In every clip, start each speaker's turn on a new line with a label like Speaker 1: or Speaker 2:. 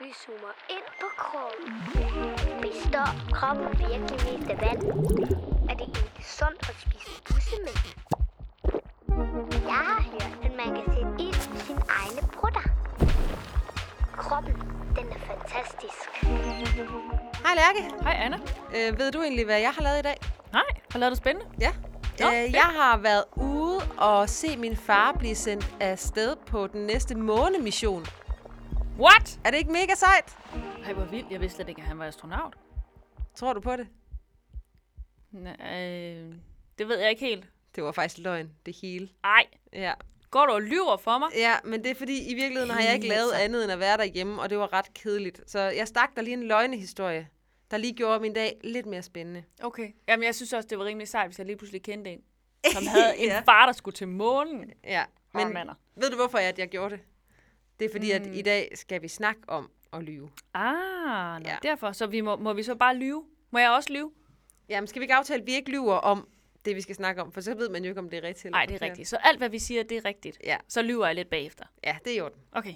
Speaker 1: Vi zoomer ind på kroppen. Består kroppen virkelig mest af vand? Er det egentlig sundt at spise bussemænd? Jeg har hørt, at man kan sætte ild i sine egne brutter. Kroppen, den er fantastisk.
Speaker 2: Hej Lærke.
Speaker 3: Hej Anna.
Speaker 2: Øh, ved du egentlig, hvad jeg har lavet i dag?
Speaker 3: Nej, har lavet det spændende?
Speaker 2: Ja.
Speaker 3: Nå,
Speaker 2: øh,
Speaker 3: fedt.
Speaker 2: jeg har været ude og se min far blive sendt afsted på den næste månemission.
Speaker 3: What?
Speaker 2: Er det ikke mega sejt?
Speaker 3: Ej, hvor vildt. Jeg vidste slet ikke, at han var astronaut.
Speaker 2: Tror du på det?
Speaker 3: Nej, øh, det ved jeg ikke helt.
Speaker 2: Det var faktisk løgn, det hele.
Speaker 3: Ej,
Speaker 2: Ja.
Speaker 3: går du og lyver for mig?
Speaker 2: ja, men det er fordi, i virkeligheden har jeg ikke lavet andet end at være derhjemme, og det var ret kedeligt. Så jeg stak der lige en løgnehistorie, der lige gjorde min dag lidt mere spændende.
Speaker 3: Okay. Jamen, jeg synes også, det var rimelig sejt, hvis jeg lige pludselig kendte en, som havde en far, der skulle til månen.
Speaker 2: Ja,
Speaker 3: Men...
Speaker 2: men ved du hvorfor, at jeg gjorde det? Det er fordi, at i dag skal vi snakke om at lyve.
Speaker 3: Ah, nå,
Speaker 2: Ja.
Speaker 3: ja. derfor. Så vi må, må vi så bare lyve? Må jeg også lyve?
Speaker 2: Jamen, skal vi ikke aftale, at vi ikke lyver om det, vi skal snakke om? For så ved man jo ikke, om det er rigtigt. eller
Speaker 3: Nej, det er
Speaker 2: forkert.
Speaker 3: rigtigt. Så alt, hvad vi siger, det er rigtigt.
Speaker 2: Ja.
Speaker 3: Så lyver jeg lidt bagefter.
Speaker 2: Ja, det er i orden.
Speaker 3: Okay.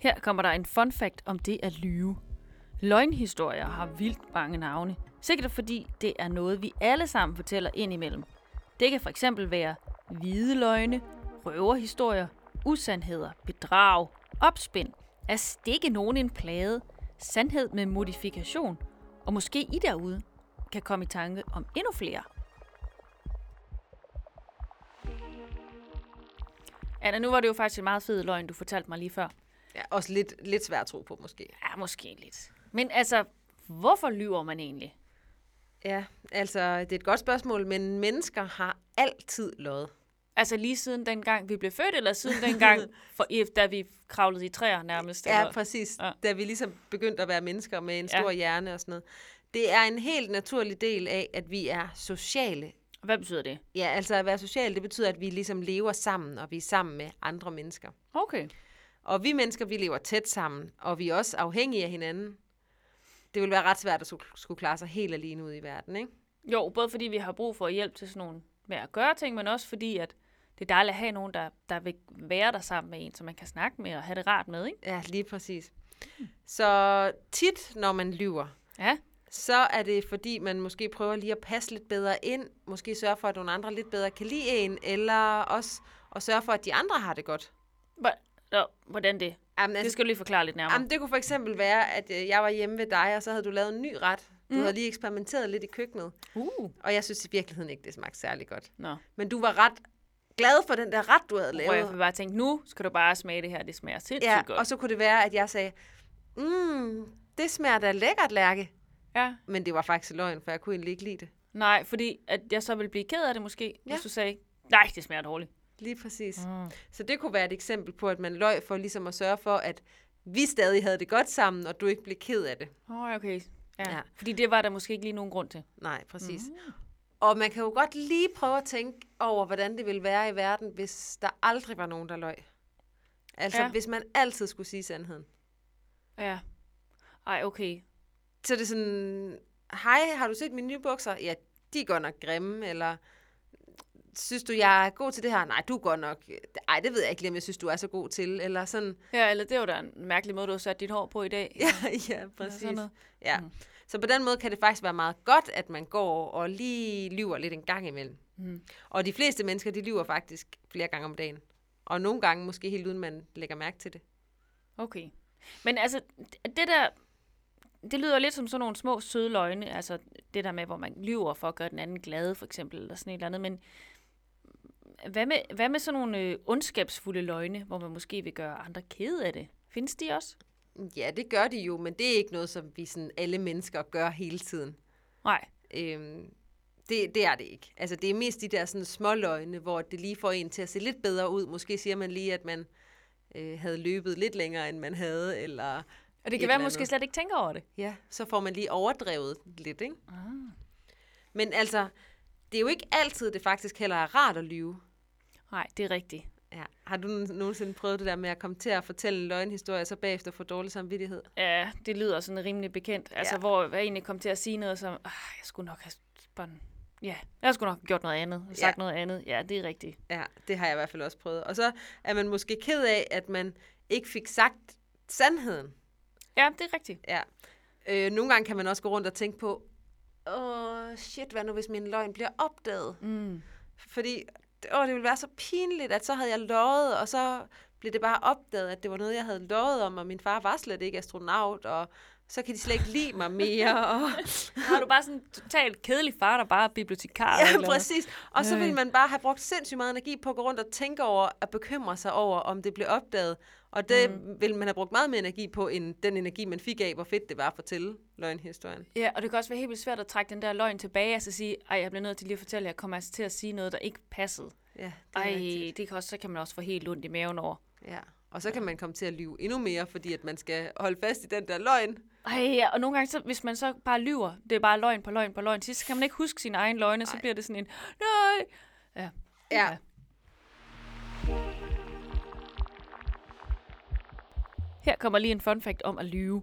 Speaker 3: Her kommer der en fun fact om det at lyve. Løgnhistorier har vildt mange navne. Sikkert fordi det er noget, vi alle sammen fortæller indimellem. Det kan for eksempel være hvide løgne, røverhistorier, usandheder, bedrag, opspind, at stikke nogen en plade, sandhed med modifikation, og måske I derude kan komme i tanke om endnu flere. Anna, nu var det jo faktisk en meget fed løgn, du fortalte mig lige før.
Speaker 2: Ja, også lidt, lidt svært at tro på, måske.
Speaker 3: Ja, måske lidt. Men altså, hvorfor lyver man egentlig?
Speaker 2: Ja, altså, det er et godt spørgsmål, men mennesker har altid løjet.
Speaker 3: Altså lige siden dengang vi blev født, eller siden dengang, for, da vi kravlede i træer nærmest?
Speaker 2: Ja,
Speaker 3: eller?
Speaker 2: præcis.
Speaker 3: Ja.
Speaker 2: Da vi ligesom begyndte at være mennesker med en
Speaker 3: Ja.
Speaker 2: stor hjerne og sådan noget. Det er en helt naturlig del af, at vi er sociale.
Speaker 3: Hvad betyder det?
Speaker 2: Ja, altså at være social, det betyder, at vi ligesom lever sammen, og vi er sammen med andre mennesker.
Speaker 3: Okay.
Speaker 2: Og vi mennesker, vi lever tæt sammen, og vi er også afhængige af hinanden. Det ville være ret svært at su- skulle klare sig helt alene ude i verden, ikke?
Speaker 3: Jo, både fordi vi har brug for hjælp til sådan nogle med at gøre ting, men også fordi, at det er dejligt at have nogen, der, der vil være der sammen med en, som man kan snakke med og have det rart med, ikke?
Speaker 2: Ja, lige præcis. Så tit, når man lyver,
Speaker 3: Ja.
Speaker 2: så er det fordi, man måske prøver lige at passe lidt bedre ind, måske sørge for, at nogle andre lidt bedre kan lide en, eller også at sørge for, at de andre har det godt.
Speaker 3: Hvor- Nå, hvordan det?
Speaker 2: Jamen,
Speaker 3: Det
Speaker 2: altså,
Speaker 3: skal du lige forklare lidt nærmere.
Speaker 2: jamen, det kunne for eksempel være, at øh, jeg var hjemme ved dig, og så havde du lavet en ny ret. Du mm. havde lige eksperimenteret lidt i køkkenet,
Speaker 3: Uh.
Speaker 2: og jeg synes i virkeligheden ikke, det smagte særlig godt.
Speaker 3: Nå.
Speaker 2: Men du var ret glad for den der ret, du havde
Speaker 3: Hvor jeg
Speaker 2: lavet.
Speaker 3: bare tænkte, nu skal du bare smage det her, det smager sindssygt
Speaker 2: Ja,
Speaker 3: godt.
Speaker 2: og så kunne det være, at jeg sagde, mm, det smager da lækkert, Lærke.
Speaker 3: Ja.
Speaker 2: Men det var faktisk løgn, for jeg kunne egentlig ikke lide det.
Speaker 3: Nej, fordi at jeg så ville blive ked af det måske, ja.
Speaker 2: Ja.
Speaker 3: hvis du sagde, nej, det smager dårligt.
Speaker 2: Lige præcis.
Speaker 3: Mm.
Speaker 2: Så det kunne være et eksempel på, at man løg for ligesom at sørge for, at vi stadig havde det godt sammen, og du ikke blev ked af det.
Speaker 3: Åh, oh, okay. Ja.
Speaker 2: Ja.
Speaker 3: ja. Fordi det var der måske ikke lige nogen grund til.
Speaker 2: Nej, præcis. Mm. Og man kan jo godt lige prøve at tænke over, hvordan det ville være i verden, hvis der aldrig var nogen, der løg. Altså, ja.
Speaker 3: Ja.
Speaker 2: hvis man altid skulle sige sandheden.
Speaker 3: Ja. Ej, okay.
Speaker 2: Så det er sådan, hej, har du set mine nye bukser? Ja, de er godt nok grimme, eller synes du, jeg er god til det her? Nej, du er godt nok... Ej, det ved jeg ikke lige, om jeg synes, du er så god til, eller sådan.
Speaker 3: Ja, eller det var da en mærkelig måde, du har sat dit hår på i dag.
Speaker 2: Ja, ja,
Speaker 3: sådan
Speaker 2: præcis.
Speaker 3: noget.
Speaker 2: Ja. Mm. Så på den måde kan det faktisk være meget godt, at man går og lige lyver lidt en gang imellem. Mm. Og de fleste mennesker, de lyver faktisk flere gange om dagen. Og nogle gange måske helt uden, man lægger mærke til det.
Speaker 3: Okay. Men altså, d- det der, det lyder lidt som sådan nogle små søde løgne, altså det der med, hvor man lyver for at gøre den anden glad, for eksempel, eller sådan et eller andet, men hvad med, hvad med sådan nogle øh, ondskabsfulde løgne, hvor man måske vil gøre andre kede af det? Findes de også?
Speaker 2: Ja, det gør de jo, men det er ikke noget, som vi sådan alle mennesker gør hele tiden.
Speaker 3: Nej.
Speaker 2: Øhm, det, det er det ikke. Altså, det er mest de der sådan småløgne, hvor det lige får en til at se lidt bedre ud. Måske siger man lige, at man øh, havde løbet lidt længere, end man havde, eller...
Speaker 3: Og
Speaker 2: Et
Speaker 3: det kan
Speaker 2: eller
Speaker 3: være, man måske
Speaker 2: andet.
Speaker 3: slet ikke tænker over det.
Speaker 2: Ja, så får man lige overdrevet lidt, ikke? Ah. Men altså, det er jo ikke altid, det faktisk heller er rart at lyve.
Speaker 3: Nej, det er rigtigt.
Speaker 2: Ja. Har du n- nogensinde prøvet det der med at komme til at fortælle en løgnhistorie, og så bagefter få dårlig samvittighed?
Speaker 3: Ja, det lyder sådan rimelig bekendt. Altså,
Speaker 2: Ja.
Speaker 3: ja. hvor jeg egentlig kom til at sige noget som, ah, jeg skulle nok have... Bare, ja, jeg skulle nok have gjort noget andet, sagt noget andet. Ja, det er rigtigt.
Speaker 2: Ja, Det har jeg i hvert fald også prøvet. Og så er man måske ked af, at man ikke fik sagt sandheden.
Speaker 3: Ja, det er rigtigt.
Speaker 2: Ja. Øh, nogle gange kan man også gå rundt og tænke på, åh, shit, hvad nu, hvis min løgn bliver opdaget?
Speaker 3: Mm.
Speaker 2: Fordi åh, det ville være så pinligt, at så havde jeg lovet, og så blev det bare opdaget, at det var noget, jeg havde lovet om, og min far var slet ikke astronaut, og så kan de slet ikke lide mig mere. Og,
Speaker 3: Har du bare sådan en totalt kedelig far, der bare er bibliotekar? eller et
Speaker 2: ja,
Speaker 3: eller andet?
Speaker 2: præcis. Og så
Speaker 3: Nej.
Speaker 2: ville man bare have brugt sindssygt meget energi på at gå rundt og tænke over, og bekymre sig over, om det blev opdaget. Og det mm. ville man have brugt meget mere energi på, end den energi, man fik af, hvor fedt det var at fortælle løgnhistorien.
Speaker 3: Ja, og det kan også være helt vildt svært at trække den der løgn tilbage, altså sige, ej, jeg bliver nødt til lige at fortælle, at jeg kommer altså til at sige noget, der ikke passede.
Speaker 2: Ja, det er
Speaker 3: Ej,
Speaker 2: rigtigt.
Speaker 3: det kan også, så kan man også få helt ondt i maven over.
Speaker 2: Ja. Og så kan man komme til at lyve endnu mere, fordi at man skal holde fast i den der løgn.
Speaker 3: Ej, ja, og nogle gange, så, hvis man så bare lyver, det er bare løgn på løgn på løgn, så kan man ikke huske sin egen løgne, så bliver det sådan en, nej. Ja.
Speaker 2: Ja.
Speaker 3: Her kommer lige en fun fact om at lyve.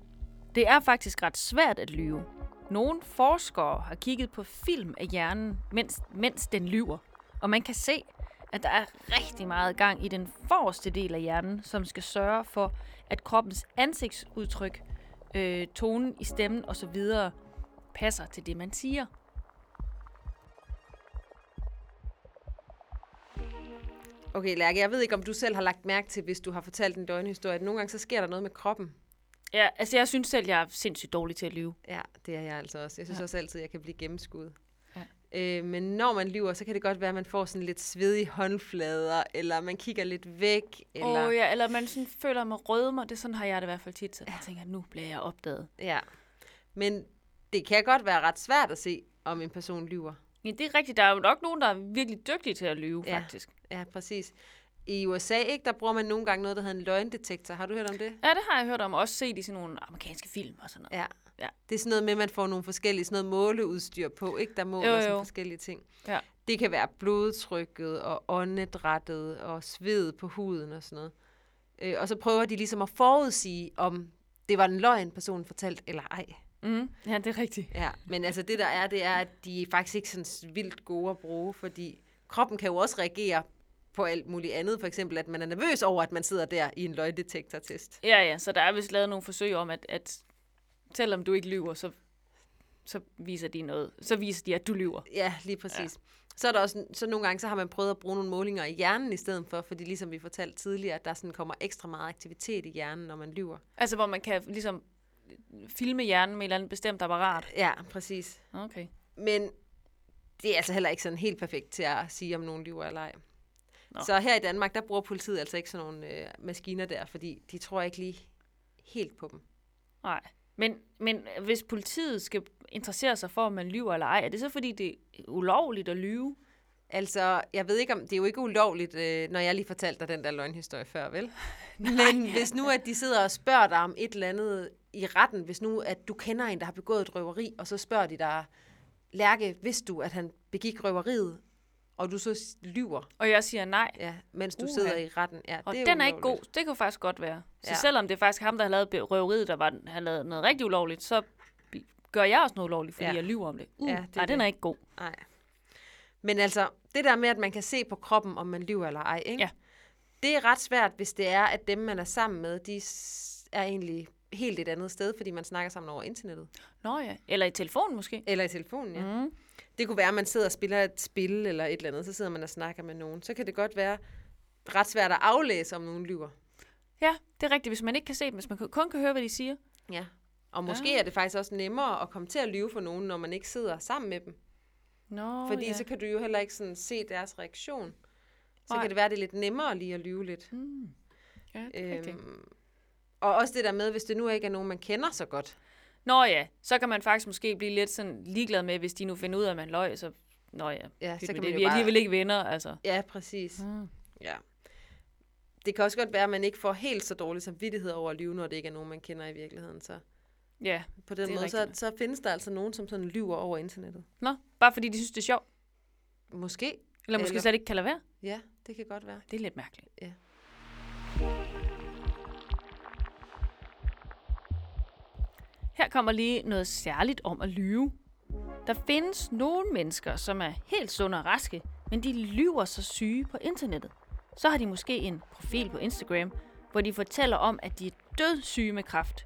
Speaker 3: Det er faktisk ret svært at lyve. Nogle forskere har kigget på film af hjernen, mens, mens den lyver. Og man kan se, at der er rigtig meget gang i den forreste del af hjernen, som skal sørge for, at kroppens ansigtsudtryk, øh, tonen i stemmen osv. passer til det, man siger.
Speaker 2: Okay, Lærke, jeg ved ikke, om du selv har lagt mærke til, hvis du har fortalt en døgnhistorie, at nogle gange så sker der noget med kroppen.
Speaker 3: Ja, altså jeg synes selv, jeg er sindssygt dårlig til at lyve.
Speaker 2: Ja, det er jeg altså også. Jeg synes ja. også altid, at jeg kan blive gennemskuet.
Speaker 3: Ja.
Speaker 2: Øh, men når man lyver, så kan det godt være, at man får sådan lidt svedige håndflader, eller man kigger lidt væk, eller...
Speaker 3: Åh oh, ja, eller man sådan føler mig rødmer. Det er sådan har jeg det i hvert fald tit. Så jeg tænker, nu bliver jeg opdaget.
Speaker 2: ja. Men det kan godt være ret svært at se, om en person lyver.
Speaker 3: Ja, det er rigtigt. Der er jo nok nogen, der er virkelig dygtige til at lyve,
Speaker 2: Ja.
Speaker 3: ja. faktisk.
Speaker 2: Ja, præcis. I USA, ikke, der bruger man nogle gange noget, der hedder en løgndetektor. Har du hørt om det?
Speaker 3: Ja, det har jeg hørt om. Også set i sådan nogle amerikanske film og sådan noget.
Speaker 2: Ja.
Speaker 3: Ja.
Speaker 2: Det er sådan noget med, at man får nogle forskellige sådan noget måleudstyr på, ikke? der måler
Speaker 3: Jo,
Speaker 2: jo, jo. Sådan
Speaker 3: jo.
Speaker 2: forskellige ting.
Speaker 3: Ja.
Speaker 2: Det kan være blodtrykket og åndedrættet og sved på huden og sådan noget. Øh, og så prøver de ligesom at forudsige, om det var en løgn, personen fortalte, eller ej.
Speaker 3: Mm. Ja, det er rigtigt.
Speaker 2: Ja, men altså det der er, det er, at de er faktisk ikke sådan vildt gode at bruge, fordi kroppen kan jo også reagere på alt muligt andet. For eksempel, at man er nervøs over, at man sidder der i en løgndetektortest.
Speaker 3: Ja, ja, så der er vist lavet nogle forsøg om, at, at selvom du ikke lyver, så, så viser de noget. Så viser de, at du lyver.
Speaker 2: Ja, lige præcis. Ja. Så er der også, så nogle gange så har man prøvet at bruge nogle målinger i hjernen i stedet for, fordi ligesom vi fortalte tidligere, at der sådan kommer ekstra meget aktivitet i hjernen, når man lyver.
Speaker 3: Altså, hvor man kan ligesom filme hjernen med et eller andet bestemt apparat.
Speaker 2: Ja, præcis.
Speaker 3: Okay.
Speaker 2: Men det er altså heller ikke sådan helt perfekt til at sige, om nogen lyver eller ej.
Speaker 3: Nå.
Speaker 2: Så her i Danmark, der bruger politiet altså ikke sådan nogle øh, maskiner der, fordi de tror ikke lige helt på dem.
Speaker 3: Nej. Men, men hvis politiet skal interessere sig for, om man lyver eller ej, er det så fordi, det er ulovligt at lyve?
Speaker 2: Altså, jeg ved ikke om, det er jo ikke ulovligt, øh, når jeg lige fortalte dig den der løgnhistorie før, vel? Men hvis nu, at de sidder og spørger dig om et eller andet i retten, hvis nu, at du kender en, der har begået et røveri, og så spørger de dig, Lærke, vidste du, at han begik røveriet? Og du så s- lyver,
Speaker 3: Og jeg siger nej.
Speaker 2: ja, mens du
Speaker 3: Uha.
Speaker 2: sidder i retten. Ja,
Speaker 3: Og
Speaker 2: det
Speaker 3: det
Speaker 2: er
Speaker 3: er den er ikke god.
Speaker 2: ulovligt.
Speaker 3: Det kunne faktisk godt være. Så
Speaker 2: Ja.
Speaker 3: ja. selvom det er faktisk ham, der har lavet be- røveriet, der var, den- har lavet noget rigtig ulovligt, så bi- gør jeg også noget ulovligt, fordi
Speaker 2: Ja.
Speaker 3: ja. jeg lyver om det. Uh,
Speaker 2: Ja,
Speaker 3: ja,
Speaker 2: det er
Speaker 3: det nej, den
Speaker 2: det.
Speaker 3: er ikke god.
Speaker 2: Nej. Men altså, det der med, at man kan se på kroppen, om man lyver eller ej, ikke?
Speaker 3: Ja.
Speaker 2: det er ret svært, hvis det er, at dem, man er sammen med, de s- er egentlig helt et andet sted, fordi man snakker sammen over internettet.
Speaker 3: Nå ja. Eller i telefonen måske.
Speaker 2: Eller i telefonen, ja. Mm. Det kunne være, at man sidder og spiller et spil eller et eller andet, så sidder man og snakker med nogen. Så kan det godt være ret svært at aflæse, om nogen lyver.
Speaker 3: Ja, det er rigtigt. Hvis man ikke kan se dem, hvis man kun- kun kan høre, hvad de siger.
Speaker 2: Ja. Og måske ja. er det faktisk også nemmere at komme til at lyve for nogen, når man ikke sidder sammen med dem.
Speaker 3: Nå,
Speaker 2: Fordi
Speaker 3: ja.
Speaker 2: så kan du jo heller ikke sådan se deres reaktion. Så
Speaker 3: Nej.
Speaker 2: kan det være, det er lidt nemmere lige at lyve lidt.
Speaker 3: ja, det er rigtigt.
Speaker 2: Øhm, og også det der med, hvis det nu ikke er nogen, man kender så godt.
Speaker 3: Nå ja, så kan man faktisk måske blive lidt sådan ligeglad med, hvis de nu finder ud af, at man løg, så... Nå ja,
Speaker 2: Ja,
Speaker 3: pyt
Speaker 2: så kan
Speaker 3: med det.
Speaker 2: man
Speaker 3: Vi
Speaker 2: jo
Speaker 3: er
Speaker 2: bare...
Speaker 3: alligevel ikke venner, altså.
Speaker 2: Ja, præcis.
Speaker 3: Mm.
Speaker 2: Ja. Det kan også godt være, at man ikke får helt så dårlig samvittighed over at lyve, når det ikke er nogen, man kender i virkeligheden. Så
Speaker 3: Ja.
Speaker 2: på den
Speaker 3: Det er
Speaker 2: måde, så,
Speaker 3: rigtigt.
Speaker 2: så findes der altså nogen, som sådan lyver over internettet.
Speaker 3: Nå, bare fordi de synes, det er sjovt.
Speaker 2: Måske.
Speaker 3: Eller måske
Speaker 2: Eller-
Speaker 3: Eller... slet ikke kan lade være.
Speaker 2: Ja, det kan godt være.
Speaker 3: Det er lidt mærkeligt.
Speaker 2: Ja.
Speaker 3: Her kommer lige noget særligt om at lyve. Der findes nogle mennesker, som er helt sunde og raske, men de lyver så syge på internettet. Så har de måske en profil på Instagram, hvor de fortæller om, at de er dødssyge med kraft.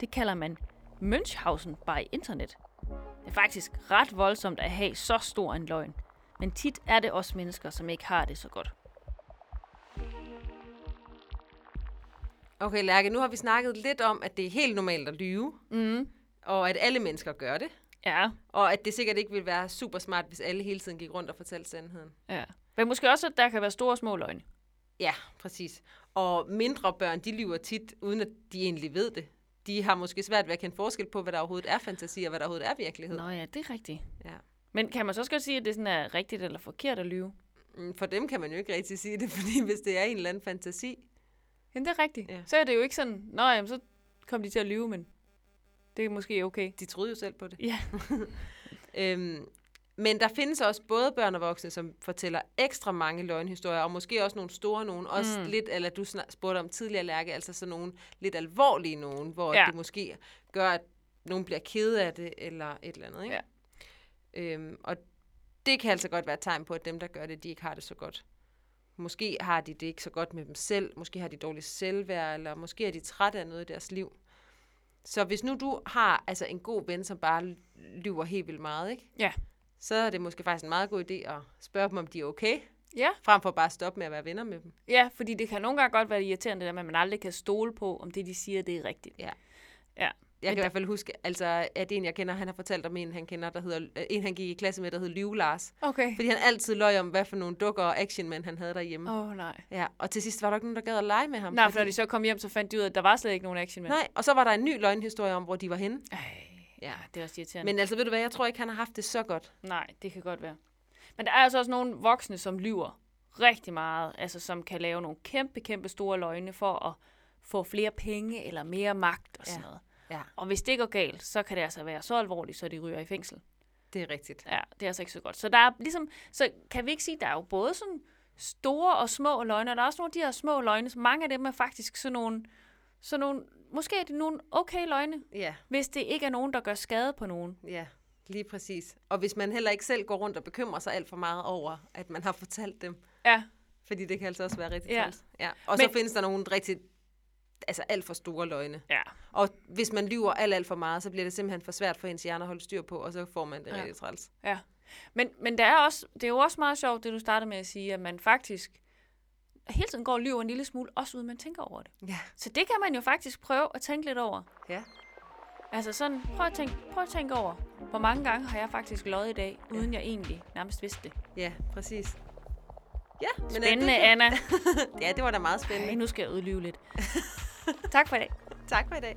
Speaker 3: Det kalder man Münchhausen by internet. Det er faktisk ret voldsomt at have så stor en løgn. Men tit er det også mennesker, som ikke har det så godt.
Speaker 2: Okay, Lærke, nu har vi snakket lidt om, at det er helt normalt at lyve,
Speaker 3: Mm.
Speaker 2: Mm-hmm. og at alle mennesker gør det,
Speaker 3: Ja,
Speaker 2: og at det sikkert ikke ville være super smart, hvis alle hele tiden gik rundt og fortalte sandheden.
Speaker 3: ja. Men måske også, at der kan være store og små løgne.
Speaker 2: Ja, præcis. Og mindre børn, de lyver tit, uden at de egentlig ved det. De har måske svært ved at kende forskel på, hvad der overhovedet er fantasi, og hvad der overhovedet er virkelighed.
Speaker 3: Nå ja, det er rigtigt.
Speaker 2: Ja.
Speaker 3: Men kan man så også godt sige, at det sådan er rigtigt eller forkert at lyve?
Speaker 2: Mm, For dem kan man jo ikke rigtig sige det, fordi hvis det er en eller anden fantasi,
Speaker 3: Jamen, det er rigtigt.
Speaker 2: Ja.
Speaker 3: Så er det jo ikke sådan, nå jamen, så kom de til at lyve, men det er måske okay.
Speaker 2: de troede jo selv på det.
Speaker 3: Ja.
Speaker 2: Øhm, men der findes også både børn og voksne, som fortæller ekstra mange løgnhistorier, og måske også nogle store nogen, også mm. lidt, eller du snak- spurgte om tidligere, Lærke, altså sådan nogle lidt alvorlige nogen, hvor
Speaker 3: Ja.
Speaker 2: ja. det måske gør, at nogen bliver ked af det, eller et eller andet. Ikke?
Speaker 3: Ja.
Speaker 2: Øhm, og det kan altså godt være et tegn på, at dem, der gør det, de ikke har det så godt. Måske har de det ikke så godt med dem selv, måske har de dårligt selvværd, eller måske er de trætte af noget i deres liv. Så hvis nu du har altså en god ven, som bare lyver helt vildt meget, ikke?
Speaker 3: Ja.
Speaker 2: så er det måske faktisk en meget god idé at spørge dem, om de er okay,
Speaker 3: Ja,
Speaker 2: frem for bare at stoppe med at være venner med dem.
Speaker 3: ja fordi det kan nogle gange godt være irriterende, det der med, at man aldrig kan stole på, om det, de siger, det er rigtigt.
Speaker 2: Ja.
Speaker 3: Ja.
Speaker 2: Jeg
Speaker 3: Men
Speaker 2: kan i hvert fald huske, altså, at en, jeg kender, han har fortalt om en, han kender, der hedder, øh, en, han gik i klasse med, der hed Lyve Lars.
Speaker 3: Okay.
Speaker 2: Fordi han altid løj om, hvad for nogle dukker og actionmænd han havde derhjemme.
Speaker 3: Åh, oh, nej.
Speaker 2: Ja, og til sidst var der ikke nogen, der gad at lege med ham.
Speaker 3: Nej, for
Speaker 2: fordi-
Speaker 3: når de så kom hjem, så fandt de ud af, at der var slet ikke nogen action med.
Speaker 2: Nej, og så var der en ny løgnhistorie om, hvor de var henne.
Speaker 3: Ej,
Speaker 2: Ja.
Speaker 3: det er også irriterende.
Speaker 2: Men altså, ved du hvad, jeg tror ikke, han har haft det så godt.
Speaker 3: Nej, det kan godt være. Men der er altså også nogle voksne, som lyver rigtig meget, altså som kan lave nogle kæmpe, kæmpe store løgne for at få flere penge eller mere magt og sådan ja.
Speaker 2: Ja.
Speaker 3: noget.
Speaker 2: Ja.
Speaker 3: Og hvis det går galt, så kan det altså være så alvorligt, så de ryger i fængsel.
Speaker 2: Det er rigtigt.
Speaker 3: Ja, det er altså ikke så godt. Så der er ligesom, så kan vi ikke sige, der er jo både sådan store og små løgne, og der er også nogle af de her små løgne, så mange af dem er faktisk sådan nogle, sådan nogle måske er det nogle okay løgne,
Speaker 2: Ja,
Speaker 3: hvis det ikke er nogen, der gør skade på nogen.
Speaker 2: ja. Lige præcis. Og hvis man heller ikke selv går rundt og bekymrer sig alt for meget over, at man har fortalt dem.
Speaker 3: Ja,
Speaker 2: Fordi det kan altså også være rigtig
Speaker 3: Ja.
Speaker 2: ja. træls. Ja. Og Men...
Speaker 3: Men-
Speaker 2: så findes der nogle rigtig, altså alt for store løgne.
Speaker 3: ja.
Speaker 2: Og hvis man lyver alt, alt for meget, så bliver det simpelthen for svært for ens hjerne at holde styr på, og så får man det
Speaker 3: Ja.
Speaker 2: ja. rigtig træls.
Speaker 3: Ja, men, men der er også, det er jo også meget sjovt, det du startede med at sige, at man faktisk hele tiden går og lyver en lille smule, også uden man tænker over det.
Speaker 2: Ja.
Speaker 3: Så det kan man jo faktisk prøve at tænke lidt over.
Speaker 2: ja.
Speaker 3: Altså sådan, prøv at tænke, prøv at tænke over, hvor mange gange har jeg faktisk løjet i dag, uden jeg egentlig nærmest vidste det.
Speaker 2: Ja, præcis. Ja, men er
Speaker 3: Spændende,
Speaker 2: det,
Speaker 3: Anna.
Speaker 2: Ja, det var da meget
Speaker 3: Ej,
Speaker 2: spændende.
Speaker 3: nu skal jeg udlyve lidt. tak for i dag.
Speaker 2: Tak for i dag.